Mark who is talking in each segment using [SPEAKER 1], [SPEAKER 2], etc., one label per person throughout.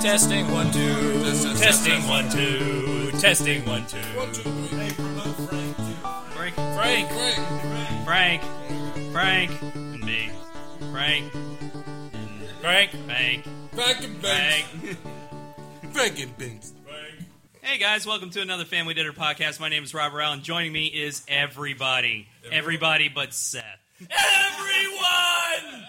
[SPEAKER 1] Testing one two.
[SPEAKER 2] Testing one two. Testing one two.
[SPEAKER 3] Frank,
[SPEAKER 2] Frank,
[SPEAKER 3] Frank, Frank, and me. Frank, and
[SPEAKER 2] Frank,
[SPEAKER 3] Frank,
[SPEAKER 1] Frank and
[SPEAKER 3] Frank.
[SPEAKER 1] Frank and Benz.
[SPEAKER 3] Hey guys, welcome to another Family Dinner podcast. My name is Robert Allen. Joining me is everybody, everybody but Seth.
[SPEAKER 2] everyone.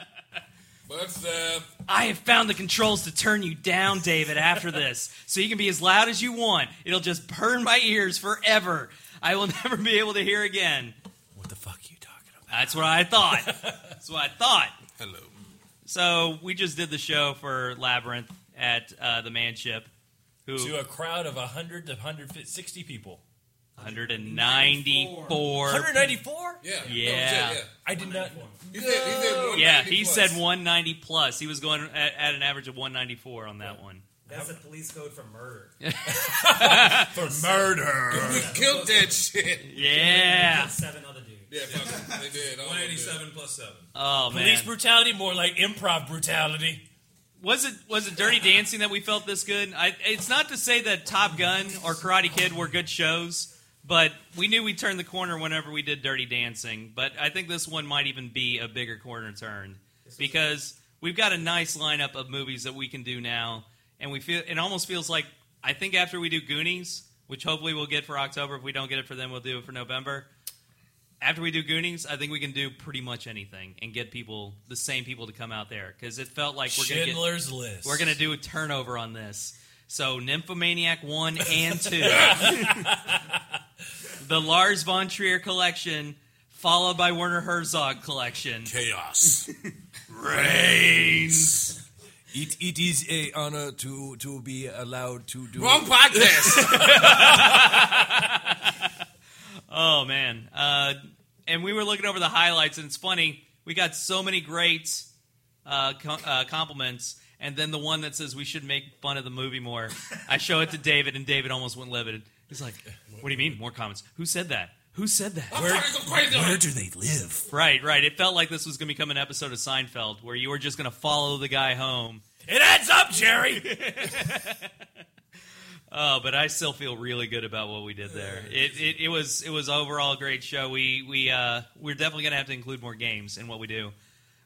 [SPEAKER 1] What's up?
[SPEAKER 3] I have found the controls to turn you down, David, after this. So you can be as loud as you want. It'll just burn my ears forever. I will never be able to hear again.
[SPEAKER 2] What the fuck are you talking about?
[SPEAKER 3] That's what I thought. That's what I thought.
[SPEAKER 1] Hello.
[SPEAKER 3] So we just did the show for Labyrinth at uh, the Manship. Who
[SPEAKER 2] To a crowd of 100 to 160 people.
[SPEAKER 3] 194.
[SPEAKER 2] 194?
[SPEAKER 1] Yeah. that was it,
[SPEAKER 3] Yeah.
[SPEAKER 2] I did not.
[SPEAKER 1] He said, he said
[SPEAKER 2] No.
[SPEAKER 1] 190
[SPEAKER 3] Yeah, he
[SPEAKER 1] plus.
[SPEAKER 3] said 190 plus. He was going at, at an average of 194 on that one.
[SPEAKER 4] That's a police code for murder.
[SPEAKER 2] For murder.
[SPEAKER 1] We killed that shit.
[SPEAKER 3] Yeah.
[SPEAKER 4] Seven other dudes.
[SPEAKER 1] Yeah, fuck it. They did. all of them did.
[SPEAKER 4] plus seven.
[SPEAKER 3] Oh man.
[SPEAKER 2] Police brutality, more like improv brutality.
[SPEAKER 3] Was it was it Dirty Dancing that we felt this good? I, it's not to say that Top Gun or Karate Kid were good shows, but we knew we turned the corner whenever we did Dirty Dancing. But I think this one might even be a bigger corner turned because we've got a nice lineup of movies that we can do now, and we feel it almost feels like I think after we do Goonies, which hopefully we'll get for October. If we don't get it for them, we'll do it for November. After we do Goonies, I think we can do pretty much anything and get people, the same people, to come out there because it felt like we're going to get
[SPEAKER 2] Schindler's List.
[SPEAKER 3] we're gonna do a turnover on this. So Nymphomaniac one and two, the Lars von Trier collection, followed by Werner Herzog collection.
[SPEAKER 1] Chaos. Reigns.
[SPEAKER 5] It, it is a honor to, to be allowed to do.
[SPEAKER 1] Wrong podcast.
[SPEAKER 3] Oh man! Uh, and we were looking over the highlights, and it's funny we got so many great uh, co- uh, compliments, and then the one that says we should make fun of the movie more. I show it to David, and David almost went livid. He's like, "What do you mean more comments? Who said that? Who said that?"
[SPEAKER 1] I'm fucking go crazy.
[SPEAKER 5] Where do they live?
[SPEAKER 3] Right, right. It felt like this was going to become an episode of Seinfeld where you were just going to follow the guy home.
[SPEAKER 2] It adds up, Jerry.
[SPEAKER 3] Oh, but I still feel really good about what we did there. It, it, it was it was overall a great show. We we uh, we're definitely going to have to include more games in what we do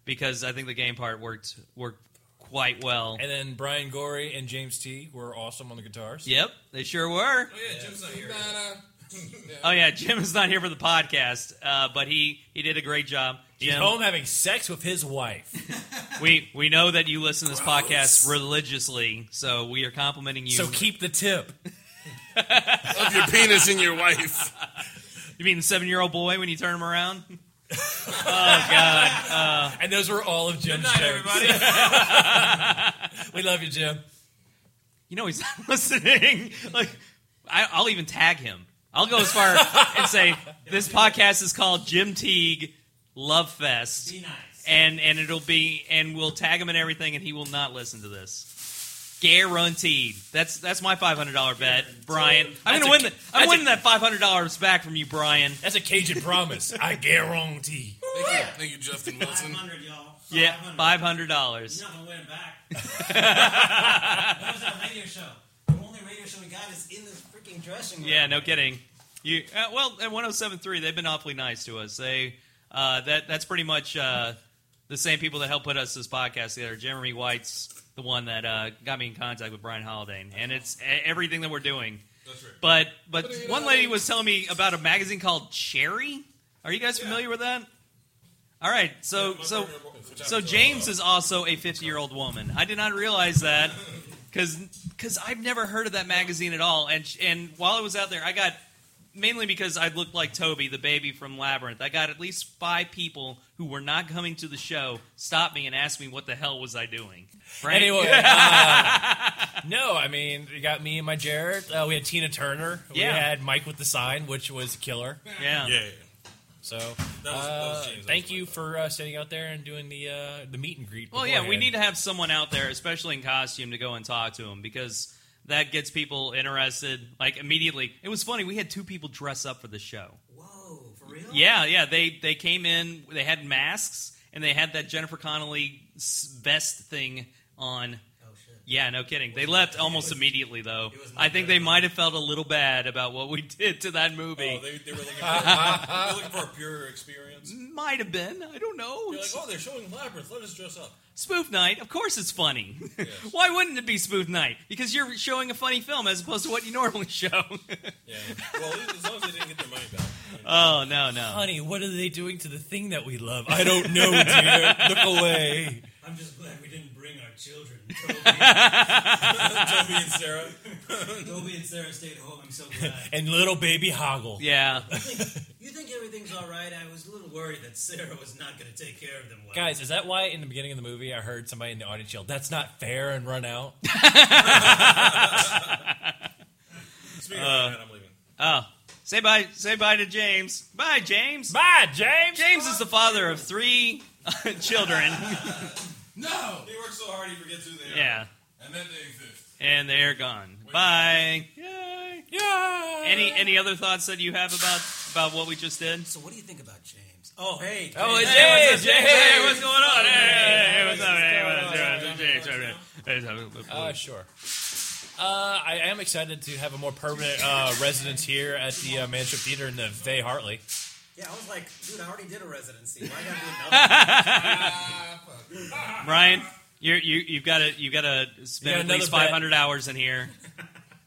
[SPEAKER 3] because I think the game part worked worked quite well.
[SPEAKER 2] and then Brian Gorey and James T were awesome on the guitars.
[SPEAKER 3] Yep, they sure were.
[SPEAKER 1] Yeah, Jim's not here.
[SPEAKER 3] Oh yeah, Jim is not here for the podcast, uh, but he he did a great job.
[SPEAKER 2] He's
[SPEAKER 3] Jim,
[SPEAKER 2] home having sex with his wife.
[SPEAKER 3] we we know that you listen to this
[SPEAKER 1] Gross.
[SPEAKER 3] podcast religiously, so we are complimenting you.
[SPEAKER 2] so keep the tip.
[SPEAKER 1] Of your penis and your wife.
[SPEAKER 3] You mean the seven year old boy when you turn him around?
[SPEAKER 2] And those were all of Jim's jokes. we love you, Jim.
[SPEAKER 3] You know he's not listening. Like I, I'll even tag him. I'll go as far and say this podcast is called Jim Teague Love Fest,
[SPEAKER 4] Be nice.
[SPEAKER 3] and and it'll be and we'll tag him and everything, and he will not listen to this. Guaranteed. That's that's my five hundred dollar bet, Brian. I'm
[SPEAKER 2] That's
[SPEAKER 3] gonna
[SPEAKER 2] a
[SPEAKER 3] win. The,
[SPEAKER 2] ca-
[SPEAKER 3] I'm
[SPEAKER 2] that's a-
[SPEAKER 3] winning that five hundred dollars back from you, Brian.
[SPEAKER 2] That's a Cajun promise. I guarantee.
[SPEAKER 1] Thank you, thank you, Justin
[SPEAKER 4] Five
[SPEAKER 1] Wilson.
[SPEAKER 4] hundred, y'all.
[SPEAKER 3] Yeah,
[SPEAKER 4] five.
[SPEAKER 3] five hundred dollars.
[SPEAKER 4] You're not gonna win it back. that was our radio show. The only radio show we got is in this freaking dressing room.
[SPEAKER 3] Yeah, no kidding. You uh, well at 107.3, they've been awfully nice to us. They uh, that that's pretty much uh, the same people that helped put us this podcast together. Jeremy White's the one that uh, got me in contact with Brian Holiday, and it's e- everything that we're doing.
[SPEAKER 1] That's right.
[SPEAKER 3] But but
[SPEAKER 1] But, you
[SPEAKER 3] one
[SPEAKER 1] know-
[SPEAKER 3] lady was telling me about a magazine called Cherry. Are you guys familiar with that? All right, so so so James is also a 50 year old woman. I did not realize that because I've never heard of that magazine at all. And sh- and while I was out there, I got mainly because I looked like Toby, the baby from Labyrinth. I got at least five people who were not coming to the show stop me and ask me what the hell was I doing. Frank?
[SPEAKER 2] Anyway, uh, no, I mean, you got me and my Jared. Uh, we had Tina Turner.
[SPEAKER 3] Yeah.
[SPEAKER 2] We had Mike with the sign, which was killer.
[SPEAKER 3] yeah.
[SPEAKER 1] Yeah.
[SPEAKER 2] So,
[SPEAKER 1] was- that was
[SPEAKER 2] uh,
[SPEAKER 1] James.
[SPEAKER 2] thank you for uh, sitting out there and doing the uh, the meet and greet.
[SPEAKER 3] Well, yeah, we
[SPEAKER 2] beforehand.
[SPEAKER 3] need to have someone out there, especially in costume, to go and talk to him because that gets people interested like immediately. It was funny. We had two people dress up for the show.
[SPEAKER 4] Whoa, for real?
[SPEAKER 3] Yeah, yeah. They they came in. They had masks and they had that Jennifer Connelly s- vest thing on.
[SPEAKER 4] Oh shit.
[SPEAKER 3] Yeah, no kidding. They left almost immediately, though.
[SPEAKER 4] It was
[SPEAKER 3] I think they might have felt a little bad about what we did to that
[SPEAKER 6] Oh,
[SPEAKER 3] movie.
[SPEAKER 6] they, they were looking for, they were looking for a pure experience.
[SPEAKER 3] Might have been. I don't know.
[SPEAKER 6] You're like,
[SPEAKER 3] It's
[SPEAKER 6] oh, they're showing Labyrinth. Let us dress up.
[SPEAKER 3] Spoof night. Of course, it's funny. Why wouldn't it be spoof night? Because you're showing a funny film as opposed to what you normally show.
[SPEAKER 6] Yeah. Well, as long as they didn't get their money back.
[SPEAKER 3] oh no, no.
[SPEAKER 2] Honey, what are they doing to the thing that we love? I don't know, dear. Look away.
[SPEAKER 4] I'm just glad we didn't bring our children. Toby,
[SPEAKER 6] Toby and Sarah.
[SPEAKER 4] Toby and Sarah stayed home. I'm so glad.
[SPEAKER 2] And little baby Hoggle.
[SPEAKER 3] Yeah.
[SPEAKER 4] You think everything's all right? I was a little worried that Sarah was not going to take care of them well.
[SPEAKER 2] Guys, is that why in the beginning of the movie I heard somebody in the audience yell, "That's not fair," and run out?
[SPEAKER 6] Speaking of that, I'm leaving.
[SPEAKER 3] Oh, say bye. Say bye to James. Bye, James.
[SPEAKER 2] Bye, James.
[SPEAKER 3] James is the father of three uh, children.
[SPEAKER 6] No! He works so hard he forgets who they are.
[SPEAKER 3] Yeah,
[SPEAKER 6] And then they exist.
[SPEAKER 3] and they're gone. Bye. Yay.
[SPEAKER 2] Yeah.
[SPEAKER 3] Any any other thoughts that you have about about what we just did?
[SPEAKER 4] So what do you think about James? Oh, hey.
[SPEAKER 3] Oh,
[SPEAKER 4] James.
[SPEAKER 3] it's
[SPEAKER 2] Hey,
[SPEAKER 3] James. Hey,
[SPEAKER 2] James.
[SPEAKER 3] hey, what's going on? Hey, hey, hey, what's up? Hey, what's up? Hey, what's up? Hey, what's
[SPEAKER 2] Uh,
[SPEAKER 3] up?
[SPEAKER 2] sure. Uh, I am excited to have a more permanent uh, residence here at the uh, Manship Theater in the Vay Hartley.
[SPEAKER 4] Yeah, I was like, dude, I already did a residency. Why gotta do another?
[SPEAKER 3] Brian, you're, you you've got to you've got to spend
[SPEAKER 2] got
[SPEAKER 3] at least
[SPEAKER 2] another bet.
[SPEAKER 3] 500 hours in here.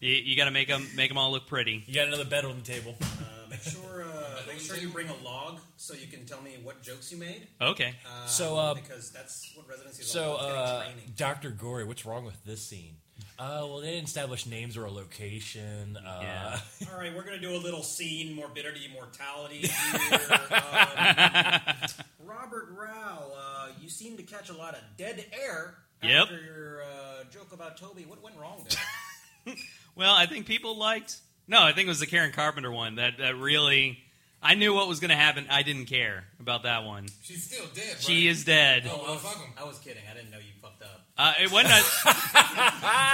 [SPEAKER 3] You, you got to make them make them all look pretty.
[SPEAKER 2] You got another bed on the table.
[SPEAKER 4] Uh, make sure, uh, make sure you bring a log so you can tell me what jokes you made.
[SPEAKER 3] Okay.
[SPEAKER 4] Uh,
[SPEAKER 2] So, uh,
[SPEAKER 4] because that's what residency is
[SPEAKER 2] So,
[SPEAKER 4] all about.
[SPEAKER 2] uh,
[SPEAKER 4] getting training.
[SPEAKER 2] Dr. Gory, what's wrong with this scene? Uh, well, they didn't establish names or a location. Uh,
[SPEAKER 3] Yeah.
[SPEAKER 4] All right, we're gonna do a little scene morbidity mortality here. um, Robert Rao, uh, you seem to catch a lot of dead air
[SPEAKER 3] Yep.
[SPEAKER 4] after your uh, joke about Toby. What went wrong there?
[SPEAKER 3] Well, I think people liked. No, I think it was the Karen Carpenter one that that really. I knew what was going to happen. I didn't care about that one.
[SPEAKER 6] She's still dead, right?
[SPEAKER 3] She is dead.
[SPEAKER 6] Oh, well, fuck him.
[SPEAKER 4] I was kidding. I didn't know you fucked up.
[SPEAKER 3] Uh, it wasn't. A,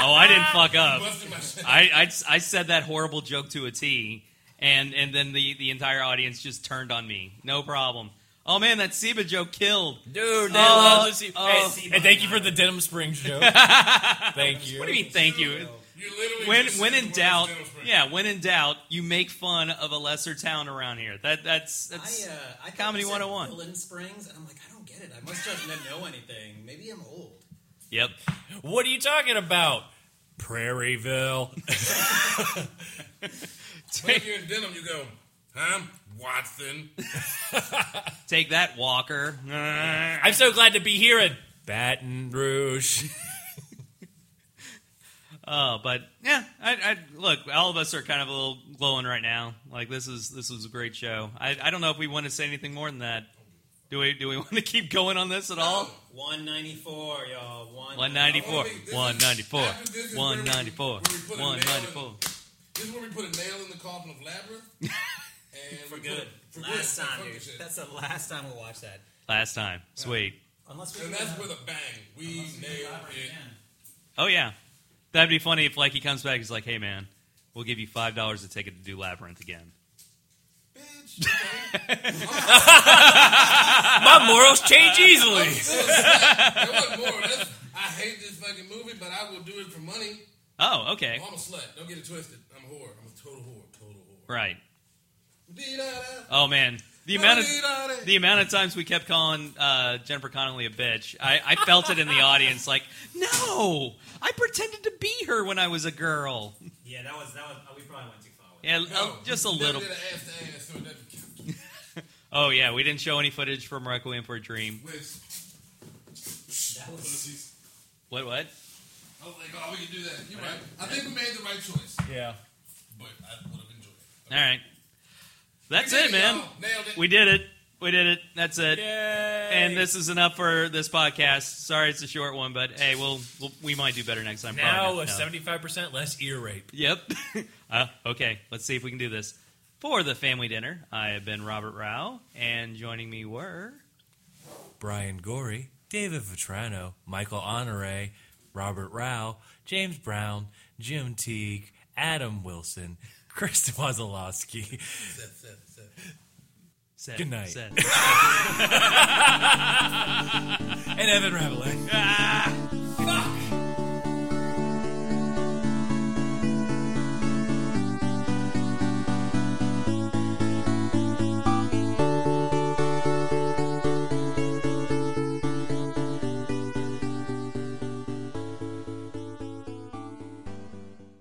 [SPEAKER 3] oh, I didn't fuck up.
[SPEAKER 6] Busted my shit.
[SPEAKER 3] I, I I said that horrible joke to a T, and and then the the entire audience just turned on me. No problem. Oh man, that Seba joke killed.
[SPEAKER 2] Dude, they
[SPEAKER 3] Oh,
[SPEAKER 2] love to see.
[SPEAKER 3] oh.
[SPEAKER 2] and, and thank you for the Denim Springs joke. thank you.
[SPEAKER 3] What do you mean? Thank you.
[SPEAKER 6] You literally
[SPEAKER 3] When
[SPEAKER 6] just
[SPEAKER 3] when
[SPEAKER 6] said
[SPEAKER 3] in
[SPEAKER 6] the
[SPEAKER 3] doubt,
[SPEAKER 6] words Dental Spring.
[SPEAKER 3] yeah, when in doubt, you make fun of a lesser town around here. That that's that's
[SPEAKER 4] I, uh, I thought
[SPEAKER 3] comedy
[SPEAKER 4] you said
[SPEAKER 3] 101.
[SPEAKER 4] Berlin Springs, and I'm like, I don't get it. I must just not know anything. Maybe I'm old.
[SPEAKER 3] yep.
[SPEAKER 2] What are you talking about? Prairieville.
[SPEAKER 6] When you're in denim, you go, huh? Watson.
[SPEAKER 3] Take that, Walker.
[SPEAKER 2] I'm so glad to be here in Baton Rouge.
[SPEAKER 3] Oh, but yeah, I, I look. All of us are kind of a little glowing right now. Like this is this was a great show. I, I don't know if we want to say anything more than that. Do we do we want to keep going on this at all?
[SPEAKER 4] 194, y'all. 194.
[SPEAKER 3] 194, 194,
[SPEAKER 6] After this is where we-
[SPEAKER 3] 194,
[SPEAKER 6] where we put a nail in-
[SPEAKER 3] 194.
[SPEAKER 6] This is where we put a nail in the coffin of Labyrinth. And for
[SPEAKER 4] Good.
[SPEAKER 6] For
[SPEAKER 4] Last
[SPEAKER 6] good.
[SPEAKER 4] time,
[SPEAKER 6] Fuck
[SPEAKER 4] dude.
[SPEAKER 6] shit.
[SPEAKER 4] That's the last time we'll watch that.
[SPEAKER 3] Last time, sweet.
[SPEAKER 4] Unless we
[SPEAKER 6] And
[SPEAKER 4] do
[SPEAKER 6] that's
[SPEAKER 4] another-
[SPEAKER 6] with a bang. We nailed
[SPEAKER 4] Robert
[SPEAKER 6] it.
[SPEAKER 4] again.
[SPEAKER 3] Oh yeah, that'd be funny if like he comes back. He's like, hey man, we'll give you five dollars to take it to do labyrinth again.
[SPEAKER 6] Bitch. okay.
[SPEAKER 2] My morals change easily.
[SPEAKER 6] There wasn't more. That's, I hate this fucking movie, but I will do it for money.
[SPEAKER 3] Oh okay,
[SPEAKER 6] Oh, I'm a slut. Don't get it twisted. I'm a whore. I'm a total whore. Total whore.
[SPEAKER 3] right.
[SPEAKER 6] Dee-da-da.
[SPEAKER 3] Oh man, the amount of
[SPEAKER 6] Dee-da-da.
[SPEAKER 3] The amount of times we kept calling uh, Jennifer Connelly a bitch, I, I felt it in the audience. Like, no, I pretended to be her when I was a girl.
[SPEAKER 4] Yeah, that was, that was, oh, we probably went too far. with it.
[SPEAKER 3] Yeah,
[SPEAKER 2] Oh.
[SPEAKER 6] No,
[SPEAKER 3] just a
[SPEAKER 6] you
[SPEAKER 3] little.
[SPEAKER 6] Never did an ass to ass, so it doesn't count.
[SPEAKER 3] Oh yeah, we didn't show any footage from Requiem for a Dream.
[SPEAKER 6] With
[SPEAKER 4] That was,
[SPEAKER 6] pussies.
[SPEAKER 3] What? What?
[SPEAKER 6] I was like, oh, we can do that. You're right. I think we made the right choice,
[SPEAKER 2] Yeah.
[SPEAKER 6] but I would have enjoyed it.
[SPEAKER 3] All right, that's
[SPEAKER 6] We did
[SPEAKER 3] it, man.
[SPEAKER 6] y'all. Nailed it.
[SPEAKER 3] We did it. We did it. That's it. And
[SPEAKER 2] And
[SPEAKER 3] this is enough for this podcast. Sorry, it's a short one, but hey, we'll, we'll we might do better next time.
[SPEAKER 2] now
[SPEAKER 3] Probably not.
[SPEAKER 2] a
[SPEAKER 3] No.
[SPEAKER 2] seventy-five percent less ear rape.
[SPEAKER 3] Yep. uh, okay, let's see if we can do this. For the family dinner, I have been Robert Rao, and joining me were.
[SPEAKER 2] Brian Gorey, David Vitrano, Michael Honore, Robert Rao, James Brown, Jim Teague, Adam Wilson, Chris Wazalowski.
[SPEAKER 6] Seth, Seth, Seth.
[SPEAKER 3] Seth,
[SPEAKER 2] Good night.
[SPEAKER 3] Seth.
[SPEAKER 2] and Evan Raveling.
[SPEAKER 3] Ah!